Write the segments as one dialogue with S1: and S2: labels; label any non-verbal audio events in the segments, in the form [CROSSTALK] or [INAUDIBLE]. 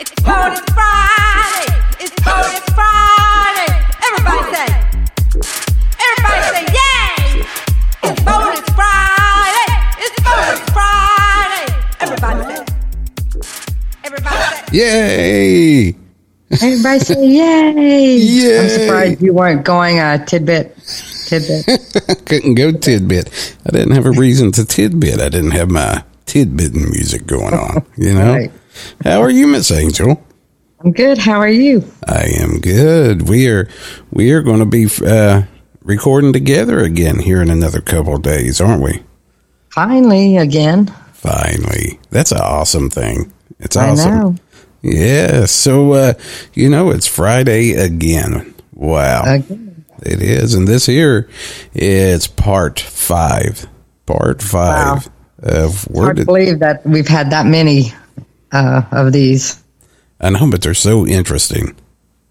S1: It's Bonus Friday. It's Bonus Friday. Everybody say. Everybody say yay. It's Bonus Friday. It's Bonus Friday. Everybody say. Everybody say.
S2: Yay!
S3: Everybody say yay!
S2: Yay.
S3: I'm surprised you weren't going uh, tidbit, tidbit.
S2: Couldn't go tidbit. I didn't have a reason to tidbit. I didn't have my tidbitting music going
S3: [LAUGHS]
S2: on. You know.
S3: Right.
S2: How are you, Miss Angel?
S3: I'm good. How are you?
S2: I am good. We are we are going to be uh, recording together again here in another couple of days, aren't we?
S3: Finally, again.
S2: Finally, that's an awesome thing. It's
S3: I
S2: awesome.
S3: know.
S2: Yeah. So uh, you know, it's Friday again. Wow.
S3: Again.
S2: It is, and this here is part five. Part five of where
S3: Hard to
S2: did
S3: believe that we've had that many uh, of these.
S2: I know, but they're so interesting.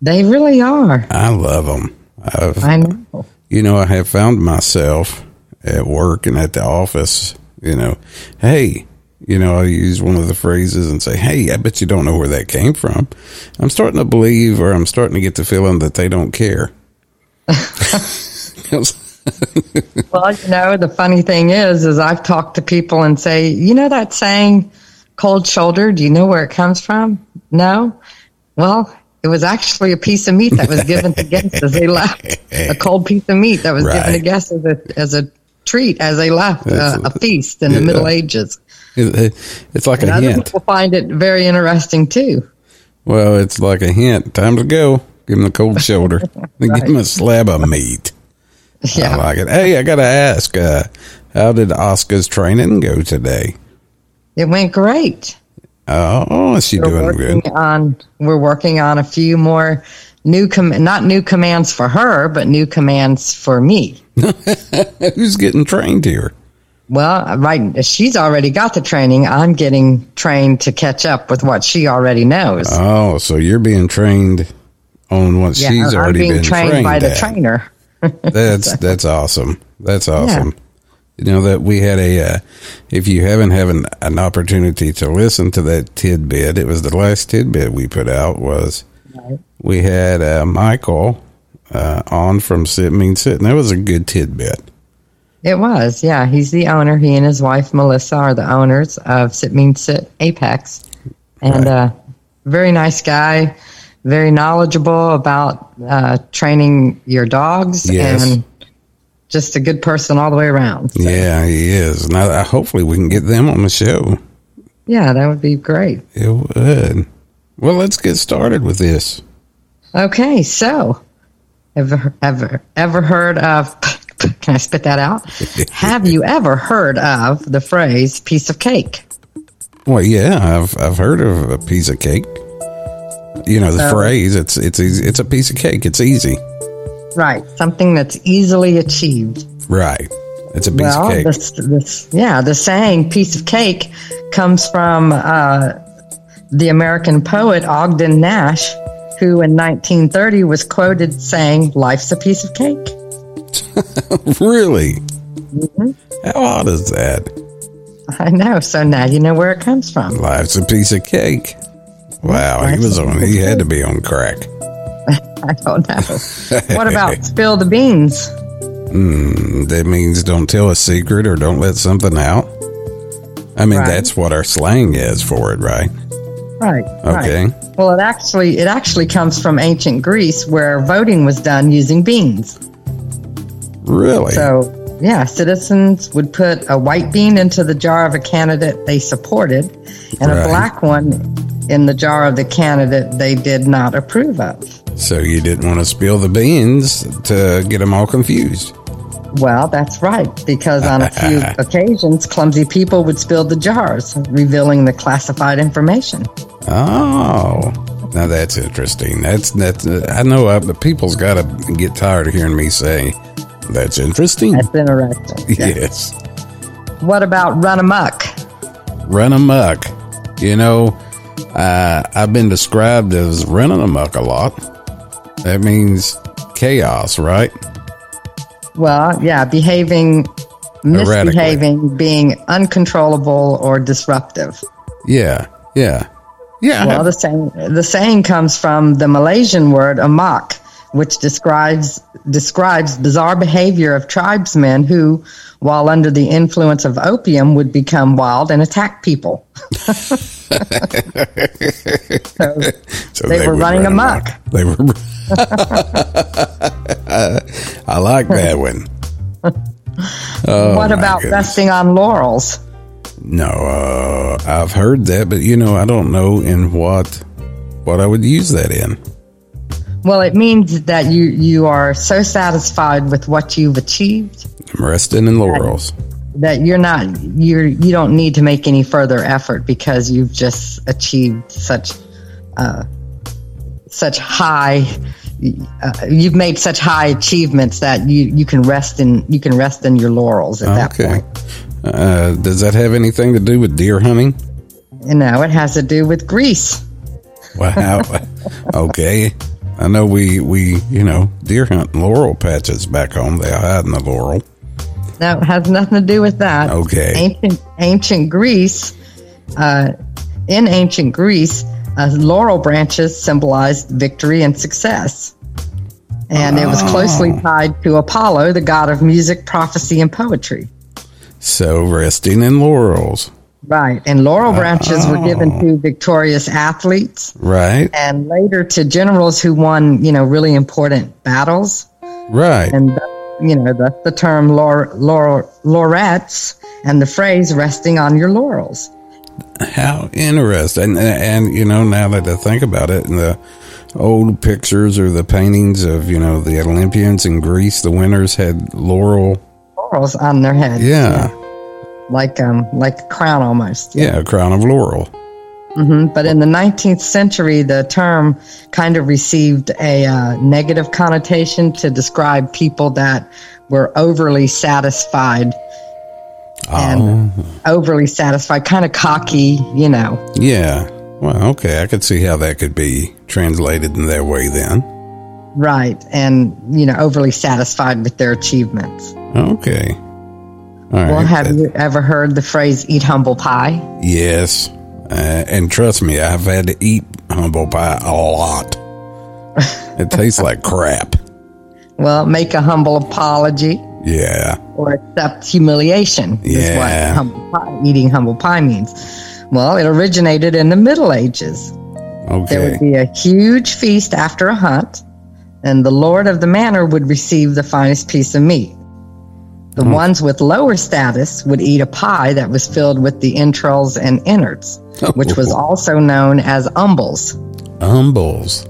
S3: They really are.
S2: I love them. I've,
S3: I know.
S2: you know, I have found myself at work and at the office. You know, hey, you know, I use one of the phrases and say, "Hey, I bet you don't know where that came from." I'm starting to believe, or I'm starting to get the feeling that they don't
S3: [LAUGHS]
S2: care. [LAUGHS] 'Cause-
S3: Well, you know, the funny thing is, is I've talked to people and say, you know that saying, cold shoulder, do you know where it comes from? No? Well, it was actually a piece of meat that was given to guests as they left. A cold piece of meat that was given to
S2: Right.
S3: guests as a, as a treat as they left uh, a feast in the
S2: yeah.
S3: Middle Ages.
S2: it- It's like
S3: And
S2: a
S3: other
S2: hint.
S3: people find it very interesting too.
S2: Well, it's like a hint. Time to go. Give him the
S3: [LAUGHS]
S2: cold shoulder. Give him a slab of meat. I
S3: Yeah.
S2: like it. Hey, I gotta ask. Uh, how did Oscar's training go today?
S3: It went great.
S2: Oh, is she
S3: we're
S2: doing
S3: working
S2: good?
S3: on we're working on a few more new com- not new commands for her but new commands for me
S2: Who's getting trained here?
S3: well right she's already got the training i'm getting trained to catch up with what she already knows
S2: Oh, so you're being trained on what
S3: Yeah,
S2: she's
S3: I'm
S2: already
S3: being
S2: been
S3: trained, by the
S2: at.
S3: trainer
S2: That's that's awesome. That's awesome. You know that we had a. Uh, if you haven't had an, an opportunity to listen to that tidbit, it was the last tidbit we put out. Was we had uh, Michael uh, on from Sit Mean Sit, and that was a good tidbit.
S3: it was yeah he's the owner he and his wife melissa are the owners of sit mean sit apex and uh, very nice guy very knowledgeable about uh, training your dogs
S2: Yes.
S3: and just a good person all the way around So-
S2: Yeah, he is. Now, I, hopefully, we can get them on the show.
S3: Yeah, that would be great.
S2: It would. Well, let's get started with this.
S3: Okay, so ever ever ever heard of? [LAUGHS] Can I spit that out? Have you ever heard of the phrase "piece of cake"?
S2: Well, yeah, I've I've heard of a piece of cake. You know the
S3: So-
S2: phrase. It's it's easy. It's a piece of cake. It's easy.
S3: Right, something that's easily achieved.
S2: Right. It's a piece
S3: well,
S2: of cake.
S3: This, this, yeah, the saying "piece of cake" comes from uh, the American poet Ogden Nash, who in 1930 was quoted saying, "Life's a piece of cake."
S2: [LAUGHS] really?
S3: Mm-hmm.
S2: How odd is that?
S3: I know. So now you know where it comes from.
S2: Life's a piece of cake. Wow, he was on. He had to be on crack.
S3: I don't know.
S2: [LAUGHS]
S3: What about spill the beans?
S2: Mm, That means don't tell a secret or don't let something out. I mean,
S3: Right.
S2: that's what our slang is for it, right?
S3: Right.
S2: Okay.
S3: Right. Well, it actually it actually comes from ancient Greece where voting was done using beans.
S2: Really?
S3: So, yeah, citizens would put a white bean into the jar of a candidate they supported and
S2: Right.
S3: a black one in the jar of the candidate they did not approve of.
S2: so you didn't want to spill the beans to get them all confused.
S3: Well, that's right, because on a few occasions, clumsy people would spill the jars, revealing the classified information.
S2: Oh, now that's interesting. That's that's. I know uh, the people's got to get tired of hearing me say, "That's interesting." [LAUGHS]
S3: That's interesting.
S2: yes,
S3: What about run amok?
S2: run amok. You know, uh, I've been described as running amok a lot. That means chaos, right?
S3: Well, yeah, behaving, misbehaving, being uncontrollable or disruptive.
S2: Yeah, yeah. Yeah. I
S3: Well,
S2: have-
S3: the saying the saying comes from the Malaysian word "amak," which describes describes bizarre behavior of tribesmen who, while under the influence of opium, would become wild and attack people.
S2: so
S3: they were
S2: would
S3: running
S2: run
S3: amok.
S2: They were. [LAUGHS] I like that one.
S3: what
S2: Oh
S3: about
S2: goodness.
S3: resting on laurels?
S2: No, uh, I've heard that, but you know, I don't know in what what I would use that in.
S3: Well, it means that you you are so satisfied with what you've achieved
S2: I'm resting in laurels.
S3: that you're not you're you don't need to make any further effort because you've just achieved such uh, such high uh, you've made such high achievements that you you can rest in you can rest in your laurels at that
S2: Okay.
S3: point.
S2: Uh, does that have anything to do with deer hunting? [LAUGHS]
S3: You know, it has to do with Greece.
S2: Wow. okay. I know we we you know deer hunt in laurel patches back home. They hide in the laurel.
S3: No, it has nothing to do with that.
S2: Okay.
S3: Ancient ancient Greece, uh, in ancient Greece, uh, laurel branches symbolized victory and success, and it was closely tied to Apollo, the god of music, prophecy, and poetry.
S2: So resting in laurels,
S3: Right, and laurel branches were given to victorious athletes,
S2: right?
S3: and later to generals who won, you know, really important battles.
S2: Right.
S3: and th- you know that's the term laur- laur- laureates and the phrase resting on your laurels
S2: How interesting. And, and, you know, now that I think about it, and the old pictures or the paintings of, you know, the Olympians in Greece, the winners had laurel.
S3: laurels on their head
S2: Yeah.
S3: like um like a crown almost
S2: Yeah. A crown of laurel.
S3: Mhm. but in the 19th century the term kind of received a uh, negative connotation to describe people that were overly satisfied and
S2: Ah.
S3: overly satisfied kind of cocky you know
S2: Yeah. Well, okay. I could see how that could be translated in that way then.
S3: right and you know overly satisfied with their achievements
S2: Okay. All right. Uh,
S3: Well, have
S2: That-
S3: you ever heard the phrase eat humble pie?
S2: Yes. Uh, and trust me, I've had to eat humble pie a
S3: [LAUGHS]
S2: lot. It tastes like crap.
S3: Well, make a humble apology
S2: Yeah.
S3: or accept humiliation is
S2: Yeah.
S3: what humble pie, eating humble pie means. Well, it originated in the Middle Ages. There
S2: Okay.
S3: would be a huge feast after a hunt, and the lord of the manor would receive the finest piece of meat. The
S2: Hmm.
S3: ones with lower status would eat a pie that was filled with the entrails and innards,
S2: Oh.
S3: which was also known as umbles.
S2: Humbles.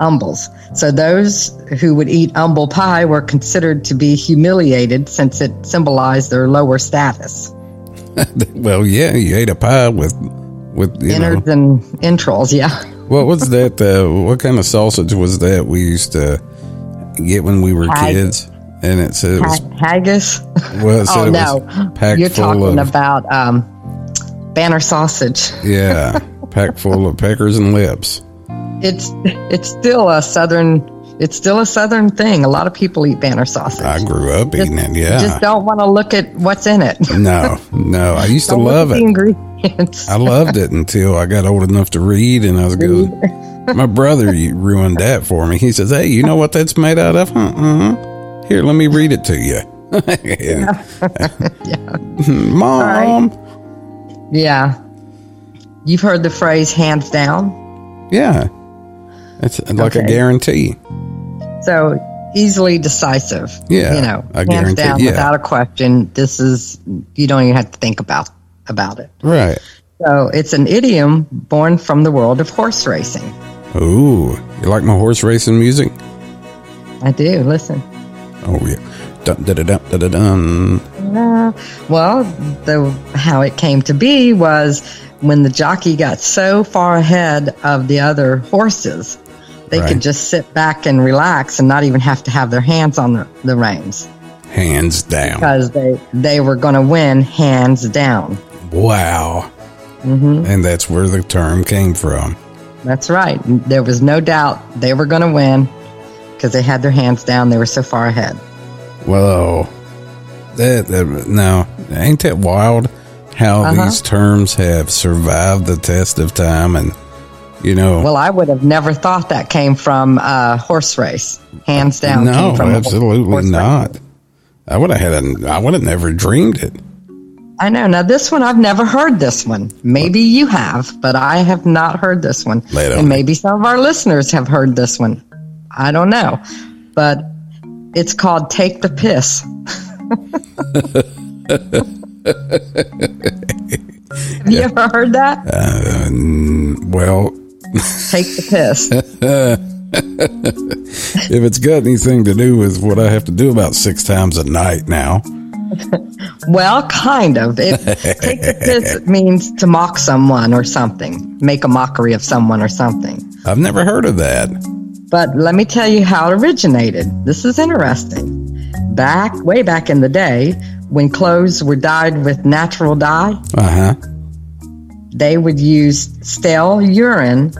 S3: umbles. So those who would eat humble pie were considered to be humiliated since it symbolized their lower status.
S2: Well, yeah, you ate a pie with with you know
S3: Innards and entrails, yeah.
S2: what was that? Uh, what kind of sausage was that we used to get when we were
S3: Hag-
S2: kids? And it said it was
S3: Haggis.
S2: well, it said
S3: Oh
S2: it
S3: no,
S2: was packed
S3: you're
S2: full
S3: talking
S2: of
S3: about um, banner sausage. [LAUGHS]
S2: yeah, packed full of peckers and lips.
S3: It's it's still a southern. It's still a southern thing. A lot of people eat banner sausage.
S2: I grew up eating it. Yeah,
S3: Just don't want to look at what's in it.
S2: no, no, I used [LAUGHS] to
S3: Don't look
S2: love
S3: at The
S2: it.
S3: ingredients.
S2: I loved it until I got old enough to read, and I was good. My brother you- ruined that for me. He says, "Hey, you know what that's made out of? Huh? Uh-huh. Here, let me read it to you." [LAUGHS] And- Mom.
S3: yeah, you've heard the phrase "hands down."
S2: Yeah, it's like a
S3: Okay.
S2: guarantee.
S3: So easily decisive.
S2: Yeah,
S3: You know,
S2: I
S3: hands
S2: guarantee-
S3: down
S2: yeah.
S3: without a question. This is you don't even have to think about about it.
S2: Right.
S3: So it's an idiom born from the world of horse racing.
S2: Ooh, you like my horse racing music?
S3: I do, listen.
S2: Oh yeah. Dun da da dun da da dun.
S3: Uh, well, the how it came to be was when the jockey got so far ahead of the other horses, they
S2: Right.
S3: could just sit back and relax and not even have to have their hands on the, the reins
S2: Hands down.
S3: because they, they were going to win hands down. Mm-hmm.
S2: Wow. And that's where the term came from.
S3: That's right. There was no doubt they were going to win because they had their hands down. They were so far ahead.
S2: Whoa. oh, That, that now ain't that wild how
S3: Uh-huh.
S2: these terms have survived the test of time and You know,
S3: Well, I would have never thought that came from a horse race, hands down.
S2: no,
S3: came from a ho- horse
S2: absolutely
S3: race.
S2: not. I would have had a, I would have never dreamed it.
S3: I know. Now, this one, I've never heard this one. Maybe you have, but I have not heard this one.
S2: Lay it on
S3: and
S2: me.
S3: maybe some of our listeners have heard this one. I don't know. But it's called Take
S2: [LAUGHS]
S3: the Piss. [LAUGHS] have you ever heard
S2: Uh,
S3: that?
S2: Well,
S3: Take the
S2: [LAUGHS]
S3: Piss.
S2: if it's got anything to do with what I have to do about six times a night now,
S3: Well, kind of. It, take the piss means to mock someone or something, make a mockery of someone or something.
S2: I've never heard of that.
S3: But let me tell you how it originated. This is interesting. Back, way back in the day, when clothes were dyed with natural dye,
S2: Uh huh.
S3: they would use stale urine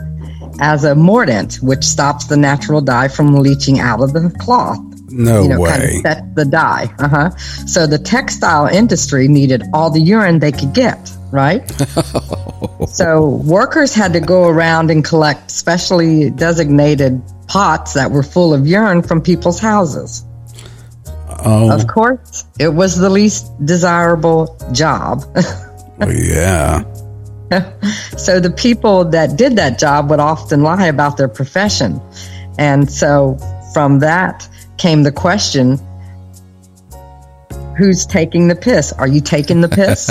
S3: as a mordant, which stops the natural dye from leaching out of the cloth.
S2: No
S3: you know,
S2: way.
S3: kind of set the dye. Uh huh. So the textile industry needed all the urine they could get, right? so workers had to go around and collect specially designated pots that were full of urine from people's houses. [LAUGHS]
S2: oh,
S3: Of course, it was the least desirable job. [LAUGHS]
S2: yeah.
S3: So the people that did that job would often lie about their profession. And so from that came the question who's taking the piss? Are you taking
S2: [LAUGHS]
S3: the piss?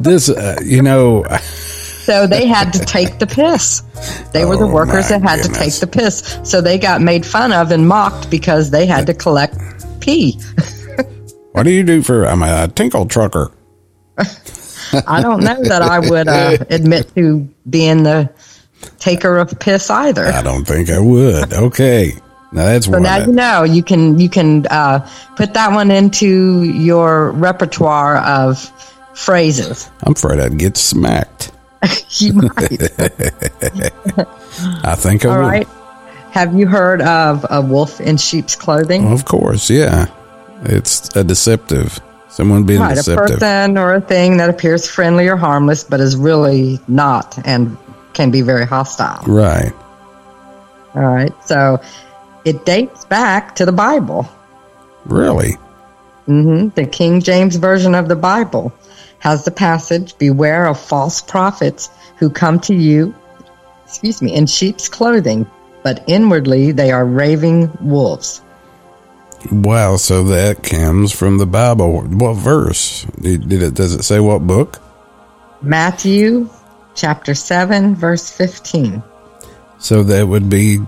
S2: This, uh, you know,
S3: so they had to take the piss. They were the
S2: Oh,
S3: workers
S2: my
S3: that had to
S2: goodness.
S3: take the piss. So they got made fun of and mocked because they had to collect pee.
S2: what do you do for? I'm a tinkle trucker.
S3: I don't know that I
S2: [LAUGHS]
S3: would uh, admit to being the taker of piss either.
S2: I don't think I would. Okay, now that's
S3: So
S2: one.
S3: now you
S2: that-
S3: know you can you can uh, put that one into your repertoire of phrases. [LAUGHS]
S2: I'm afraid I'd get smacked.
S3: You might.
S2: I think I
S3: All
S2: would.
S3: right. Have you heard of a wolf in sheep's clothing?
S2: Of course, yeah. It's a deceptive. Someone being
S3: Right, a
S2: deceptive.
S3: person or a thing that appears friendly or harmless, but is really not, and can be very hostile.
S2: Right.
S3: All right, so it dates back to the Bible.
S2: Really?
S3: hmm The King James Version of the Bible has the passage Beware of false prophets who come to you, excuse me, in sheep's clothing, but inwardly they are raving wolves.
S2: Wow. So that comes from the Bible. What verse? Did did it? Does it say what book?
S3: Matthew chapter 7, verse 15.
S2: So that would be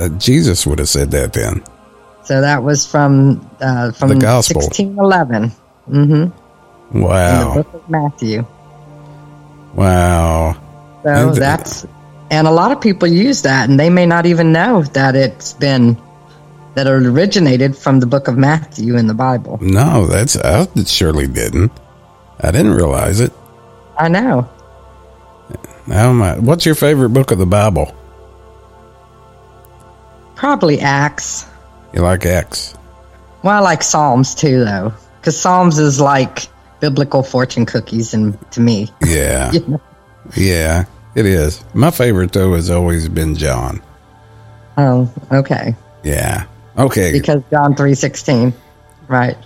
S2: uh, Jesus would have said that then.
S3: So that was from uh, from
S2: The Gospel.
S3: 1611 in the
S2: Wow.
S3: book of Matthew.
S2: Wow.
S3: So
S2: And-
S3: that's, and a lot of people use that, and they may not even know that it's been, that it originated from the book of Matthew in the Bible.
S2: No, that's I surely didn't. I didn't realize it.
S3: I know.
S2: Oh my! What's your favorite book of the Bible?
S3: Probably Acts.
S2: You like Acts?
S3: Well, I like Psalms too, though, because Psalms is like biblical fortune cookies, and to me, [LAUGHS]
S2: Yeah.
S3: you know.
S2: yeah. It is. My favorite though has always been John.
S3: oh, okay,
S2: Yeah. Okay.
S3: because John three sixteen, right?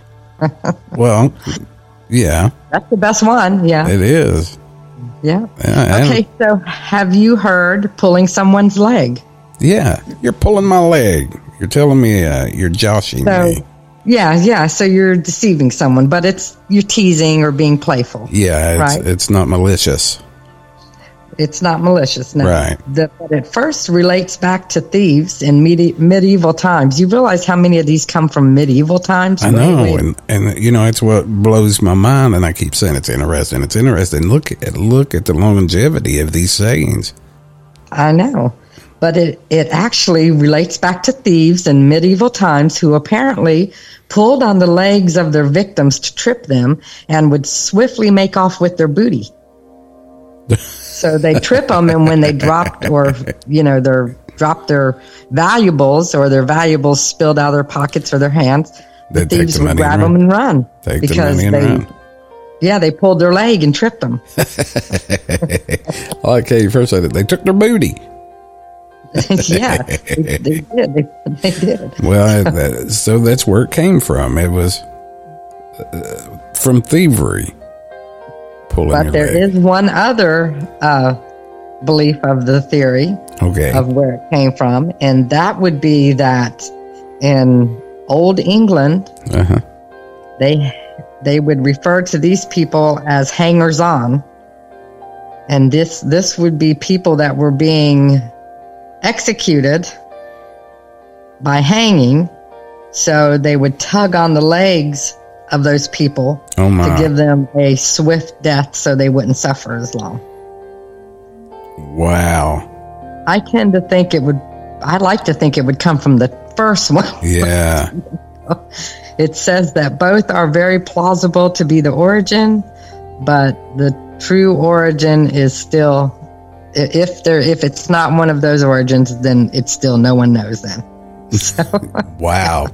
S2: well, yeah,
S3: That's the best one. Yeah,
S2: it is.
S3: yeah.
S2: Yeah, and-
S3: Okay, so have you heard pulling someone's leg?
S2: Yeah. You're pulling my leg. You're telling me uh, you're joshing
S3: So,
S2: me.
S3: yeah, yeah. So you're deceiving someone, but it's you're teasing or being playful.
S2: Yeah. It's,
S3: Right.
S2: it's not malicious.
S3: It's not malicious, no.
S2: Right.
S3: The, but it first relates back to thieves in medi- medieval times. You realize how many of these come from medieval times?
S2: I
S3: Wait,
S2: know,
S3: wait.
S2: and and you know it's what blows my mind, and I keep saying it's interesting. It's interesting. Look at look at the longevity of these sayings.
S3: I know. But it, it actually relates back to thieves in medieval times who apparently pulled on the legs of their victims to trip them and would swiftly make off with
S2: [LAUGHS]
S3: their booty. so they trip them, and when they dropped or, you know, their dropped their valuables or their valuables spilled out of their pockets or their hands, the
S2: They'd take
S3: thieves
S2: the
S3: would
S2: money and
S3: grab
S2: run.
S3: them and run
S2: Take the
S3: because
S2: money and
S3: they
S2: run.
S3: Yeah, they pulled their leg and tripped them.
S2: I like how you first said it. They took their booty.
S3: [LAUGHS] yeah, they,
S2: [LAUGHS]
S3: they did. They, they did.
S2: Well, I, that, so that's where it came from. It was uh, from thievery. Pulling
S3: But
S2: your
S3: there
S2: leg.
S3: is one other uh, belief of the theory
S2: okay.
S3: of where it came from, and that would be that in old England
S2: Uh-huh.
S3: they they would refer to these people as hangers on, and this this would be people that were being executed by hanging, so they would tug on the legs of those people
S2: Oh
S3: to
S2: my!
S3: give them a swift death so they wouldn't suffer as long.
S2: wow.
S3: I tend to think it would, I like to think it would come from the first one. [LAUGHS]
S2: Yeah.
S3: It says that both are very plausible to be the origin, but the true origin is still, i- if there, if it's not one of those origins, then it's still no one knows then.
S2: [LAUGHS] Wow.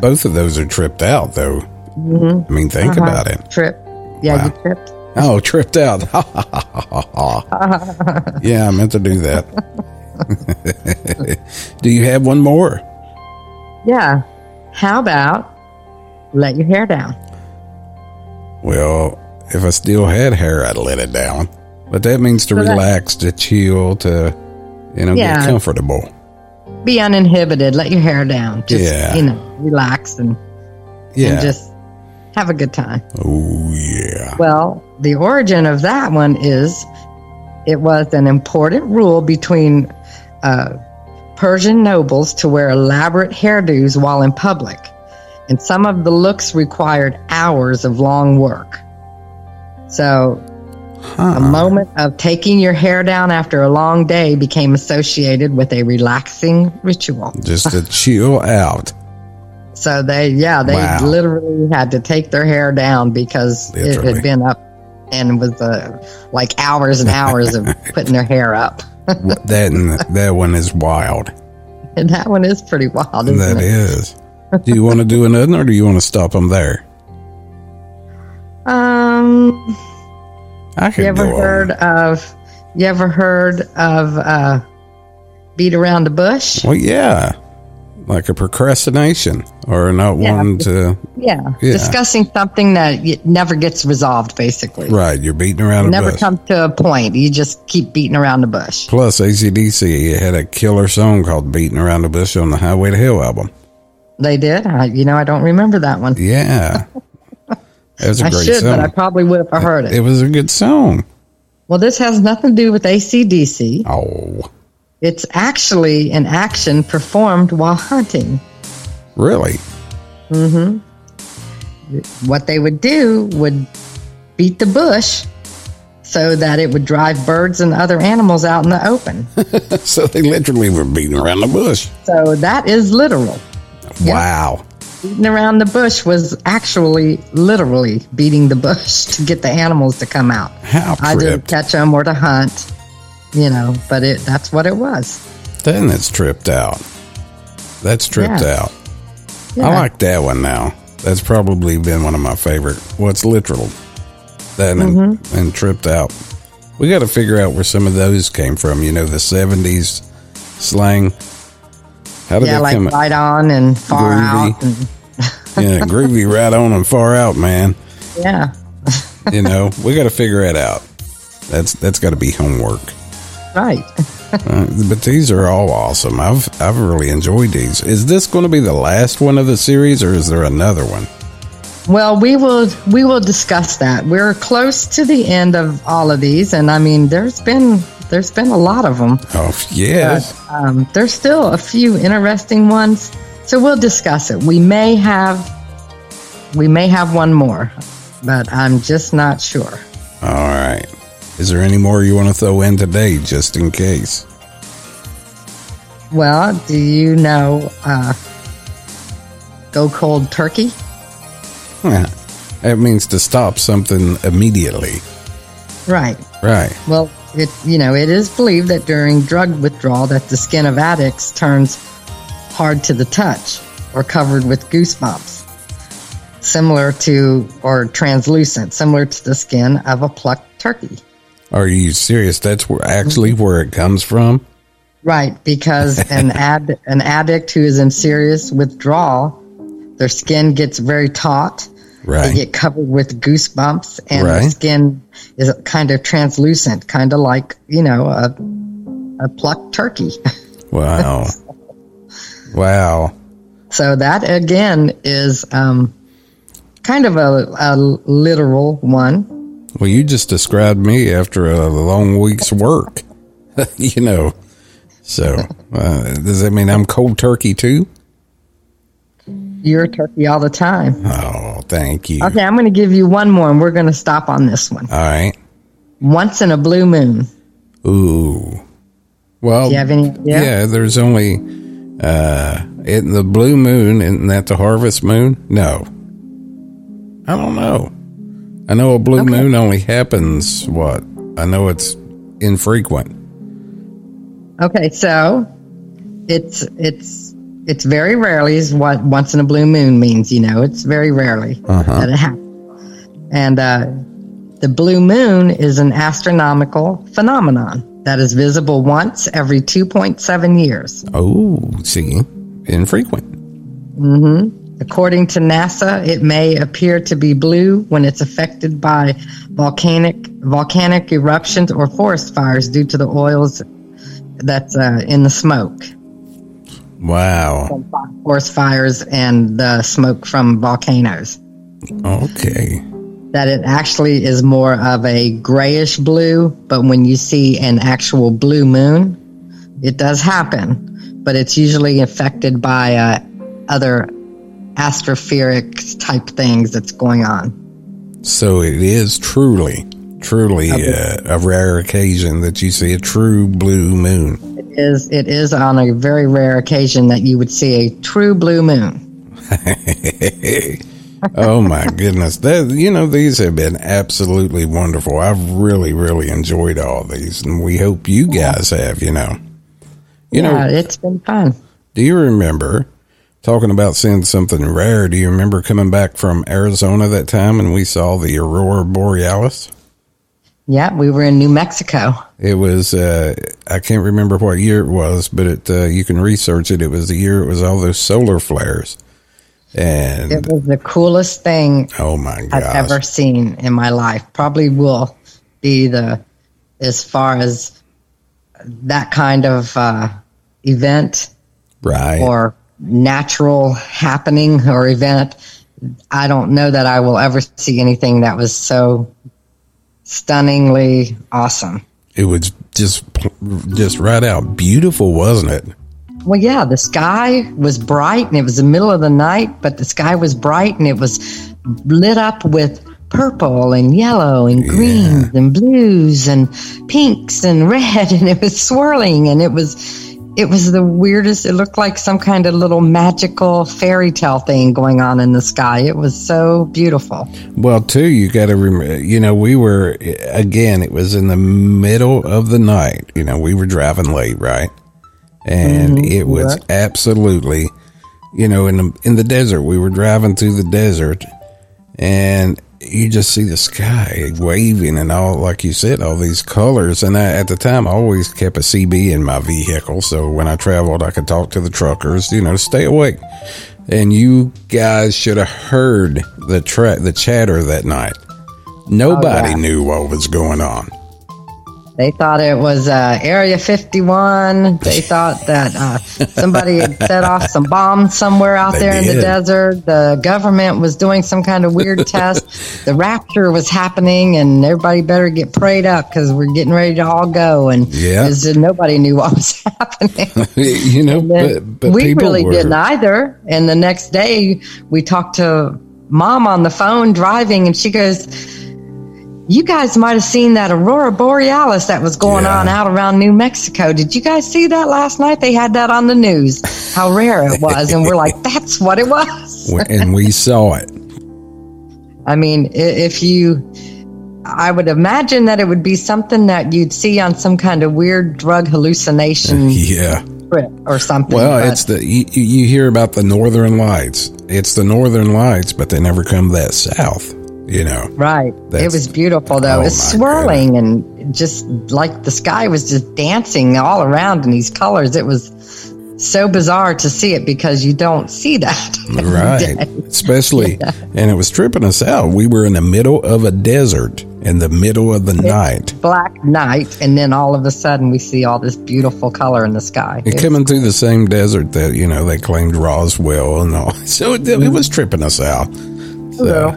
S2: Both of those are tripped out, though.
S3: Mhm.
S2: I mean, think
S3: Uh-huh.
S2: about it.
S3: Trip. Yeah,
S2: Wow.
S3: you tripped.
S2: Oh, tripped out. [LAUGHS] yeah, I meant to do that. [LAUGHS] do you have one more?
S3: Yeah. How about let your hair down?
S2: Well, if I still had hair, I'd let it down. But that means to
S3: So that-
S2: relax, to chill, to, you know,
S3: Yeah.
S2: get comfortable.
S3: Be uninhibited. Let your hair down. Just,
S2: Yeah.
S3: you know, relax and and
S2: Yeah.
S3: just have a good time.
S2: oh, yeah.
S3: Well, the origin of that one is it was an important rule between uh, Persian nobles to wear elaborate hairdos while in public, and some of the looks required hours of long work. So,
S2: Huh.
S3: a moment of taking your hair down after a long day became associated with a relaxing ritual.
S2: Just to chill out.
S3: So they, yeah, they
S2: Wow.
S3: literally had to take their hair down because it
S2: Literally.
S3: had been up and was uh, like hours and
S2: [LAUGHS]
S3: hours of putting their hair up.
S2: that, and that one is wild.
S3: And that one is pretty wild, isn't [LAUGHS]
S2: That
S3: it?
S2: is. Do you want to do another or do you want to stop them there?
S3: Um,
S2: I could
S3: you ever
S2: go on.
S3: heard of? You ever heard of uh, beat around the bush?
S2: Well, yeah, like a procrastination or not
S3: Yeah.
S2: wanting to.
S3: Yeah.
S2: Yeah.
S3: discussing something that y- never gets resolved. Basically,
S2: Right, you're beating around a
S3: never
S2: bush.
S3: come to a point. You just keep beating around the bush.
S2: Plus, ACDC had a killer song called "Beating Around the Bush" on the Highway to Hell album.
S3: They did. I, you know, I don't remember that one. [LAUGHS]
S2: Yeah, that was a
S3: I
S2: great
S3: should,
S2: song.
S3: but I probably would if I heard it.
S2: it was a good song.
S3: Well, this has nothing to do with ACDC.
S2: Oh,
S3: It's actually an action performed while hunting.
S2: really? [LAUGHS]
S3: What they would do would beat the bush so that it would drive birds and other animals out in the
S2: [LAUGHS]
S3: open.
S2: so they literally were beating around the bush.
S3: so that is literal.
S2: Wow.
S3: Beating around the bush was actually literally beating the bush [LAUGHS] to get the animals to come out.
S2: How
S3: I didn't
S2: tripped.
S3: catch them or to hunt, you know, but it that's what it was.
S2: Then it's tripped out. That's tripped
S3: Yeah.
S2: out.
S3: Yeah.
S2: I like that one now. That's probably been one of my favorite. What's literal? That and,
S3: Mm-hmm.
S2: and tripped out. We got to figure out where some of those came from. You know, the seventies slang. How did
S3: yeah,
S2: that
S3: like
S2: come?
S3: right on and far
S2: Groovy.
S3: out.
S2: [LAUGHS]
S3: And,
S2: yeah, groovy, right on and far out, man.
S3: yeah.
S2: You
S3: [LAUGHS]
S2: know, we got to figure it out. That's that's got to be homework.
S3: Right.
S2: Uh, but these are all awesome. I've I've really enjoyed these. Is this going to be the last one of the series, or is there another one?
S3: Well, we will we will discuss that. We're close to the end of all of these, and I mean, there's been there's been a lot of them.
S2: Oh [LAUGHS] yes.
S3: Um, there's still a few interesting ones, so we'll discuss it. We may have we may have one more, but I'm just not sure.
S2: All right. Is there any more you want to throw in today, just in case?
S3: Well, do you know? Uh, go cold turkey.
S2: Huh. that means to stop something immediately.
S3: Right.
S2: Right.
S3: Well, it you know it is believed that during drug withdrawal that the skin of addicts turns hard to the touch or covered with goosebumps. similar to or translucent, similar to the skin of a plucked turkey.
S2: Are you serious? That's where, actually where it comes from.
S3: Right, because
S2: [LAUGHS]
S3: an ad an addict who is in serious withdrawal, their skin gets very taut. They [LAUGHS]
S2: Right.
S3: get covered with goosebumps, and their
S2: Right.
S3: skin is kind of translucent, kind of like you know a a plucked turkey.
S2: Wow. wow.
S3: So that again is um, kind of a, a literal one.
S2: Well, you just described me after a long week's work. [LAUGHS] you know. So, uh, does that mean I'm cold turkey too?
S3: You're a turkey all the time.
S2: Oh, thank you.
S3: Okay, I'm going to give you one more, and we're going to stop on this one.
S2: All right.
S3: Once in a blue moon.
S2: Ooh. Well,
S3: Do you have any idea?
S2: yeah. there's only uh in the blue moon, isn't that the harvest moon? No. I don't know. I know a blue moon only happens what? I know it's infrequent.
S3: Okay, so it's it's it's very rarely is what once in a blue moon means. You know, it's very rarely that it happens. And uh, the blue moon is an astronomical phenomenon that is visible once every two point seven years.
S2: Oh, see. Infrequent.
S3: Mm-hmm. According to NASA, it may appear to be blue when it's affected by volcanic volcanic eruptions or forest fires due to the oils that's uh, in the smoke.
S2: Wow.
S3: forest fires and the smoke from volcanoes.
S2: Okay.
S3: That it actually is more of a grayish blue, but when you see an actual blue moon, it does happen, but it's usually affected by uh, other astropheric type things that's going on.
S2: So it is truly, truly uh, a rare occasion that you see a true blue moon.
S3: It is it is on a very rare occasion that you would see a true blue moon.
S2: [LAUGHS] oh my goodness. That, you know, these have been absolutely wonderful. I've really, really enjoyed all these, and we hope you guys have, you know. You know,
S3: yeah, it's been fun.
S2: do you remember talking about seeing something rare? Do you remember coming back from Arizona that time and we saw the Aurora Borealis?
S3: Yeah, we were in New Mexico.
S2: It was uh, I can't remember what year it was, but it uh, you can research it. It was the year it was all those solar flares, and
S3: It was the coolest thing
S2: oh my
S3: I've
S2: gosh,
S3: ever seen in my life. Probably will be the as far as that kind of uh, event
S2: right?
S3: or natural happening or event. I don't know that I will ever see anything that was so stunningly awesome.
S2: it was just pl- just right out beautiful, wasn't it?
S3: Well, yeah, the sky was bright and it was the middle of the night, but the sky was bright and it was lit up with purple and yellow and greens and blues and pinks and [LAUGHS] red and it was swirling and it was it was the weirdest it looked like some kind of little magical fairy tale thing going on in the sky it was so beautiful
S2: Well, too, you got to remember, you know, we were, again, it was in the middle of the night. You know, we were driving late, right? And it was absolutely, you know, in the, in the desert, we were driving through the desert and you just see the sky waving and all, like you said, all these colors. And I, at the time, I always kept a CB in my vehicle. So when I traveled, I could talk to the truckers, you know, to stay awake and you guys should have heard the tra- the chatter that night. Nobody
S3: Oh, yeah.
S2: knew what was going on. [LAUGHS]
S3: They thought it was uh, Area 51. They thought that uh, somebody had set off some bombs somewhere out
S2: They
S3: there in the
S2: did.
S3: desert. The government was doing some kind
S2: [LAUGHS]
S3: of weird test. The rapture was happening, and everybody better get prayed up because we're getting ready to all go. And
S2: Yeah.
S3: it was- nobody knew what was [LAUGHS] happening.
S2: you know,
S3: Then
S2: but, but
S3: we
S2: people
S3: really
S2: were,
S3: didn't either. And the next day, we talked to mom on the phone driving, and she goes, "You guys might have seen that aurora borealis that was going
S2: Yeah.
S3: on out around New Mexico. Did you guys see that last night? They had that on the news. How rare it was!" and we're like, "That's what it was."
S2: and we saw
S3: [LAUGHS]
S2: it.
S3: I mean, i- if you, I would imagine that it would be something that you'd see on some kind of weird drug hallucination
S2: [LAUGHS] Yeah,
S3: trip or something.
S2: Well,
S3: but-
S2: it's the you, you hear about the northern lights. It's the northern lights, but they never come that south. You
S3: [LAUGHS]
S2: know,
S3: Right. It
S2: That's-
S3: was beautiful though.
S2: Oh,
S3: it's
S2: my
S3: swirling and just like the sky was just dancing all around in these colors. It was so bizarre to see it because you don't see that. [LAUGHS] every
S2: right?
S3: day.
S2: Especially, and it was tripping us out. We were in the middle of a desert in the middle of the night,
S3: Black night and then all of a sudden we see all this beautiful color in the sky.
S2: and coming through the same desert that you know they claimed Roswell and all. [LAUGHS] So it, it was tripping us out. So,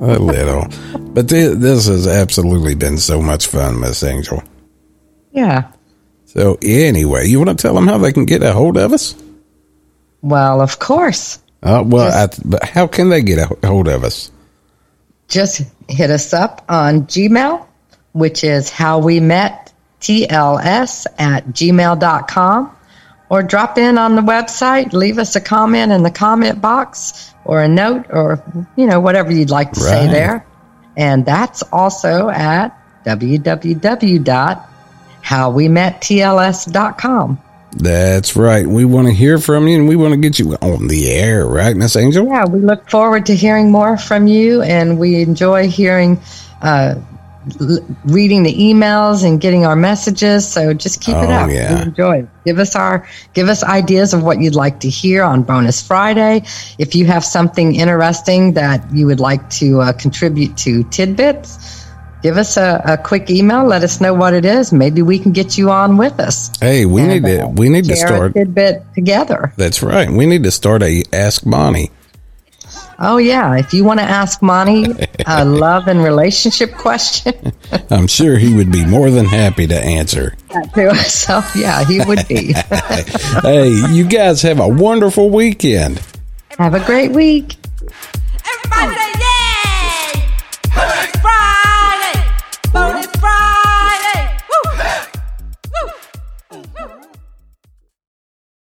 S2: a little, but thi- this has absolutely been so much fun, Miss Angel.
S3: yeah.
S2: So anyway, you want to tell them how they can get a hold of us?
S3: Well, of course.
S2: Uh, well, I, but how can they get a hold of us?
S3: just hit us up on Gmail, which is how we met TLS at gmail.com, or drop in on the website, leave us a comment in the comment box or a note or, you know, whatever you'd like to say
S2: Right.
S3: there. And that's also at www.howwemettls.com.
S2: That's right. We want to hear from you, and we want to get you on the air, right, Miss Angel?
S3: Yeah, we look forward to hearing more from you, and we enjoy hearing, uh, l- reading the emails and getting our messages. So just keep it
S2: Oh,
S3: up.
S2: yeah.
S3: We enjoy. it. Give us our give us ideas of what you'd like to hear on Bonus Friday. If you have something interesting that you would like to uh, contribute to tidbits. Give us a, a quick email. Let us know what it is. Maybe we can get you on with us.
S2: Hey, we need to we need to
S3: Share a
S2: start.
S3: tidbit together.
S2: That's right. We need to start a Ask Bonnie.
S3: Oh yeah, if you want to ask Monty a love and relationship question
S2: I'm sure he would be more than happy to answer.
S3: to himself, yeah, he would be.
S2: Hey, you guys have a wonderful weekend.
S3: Have a great week.
S1: Everybody say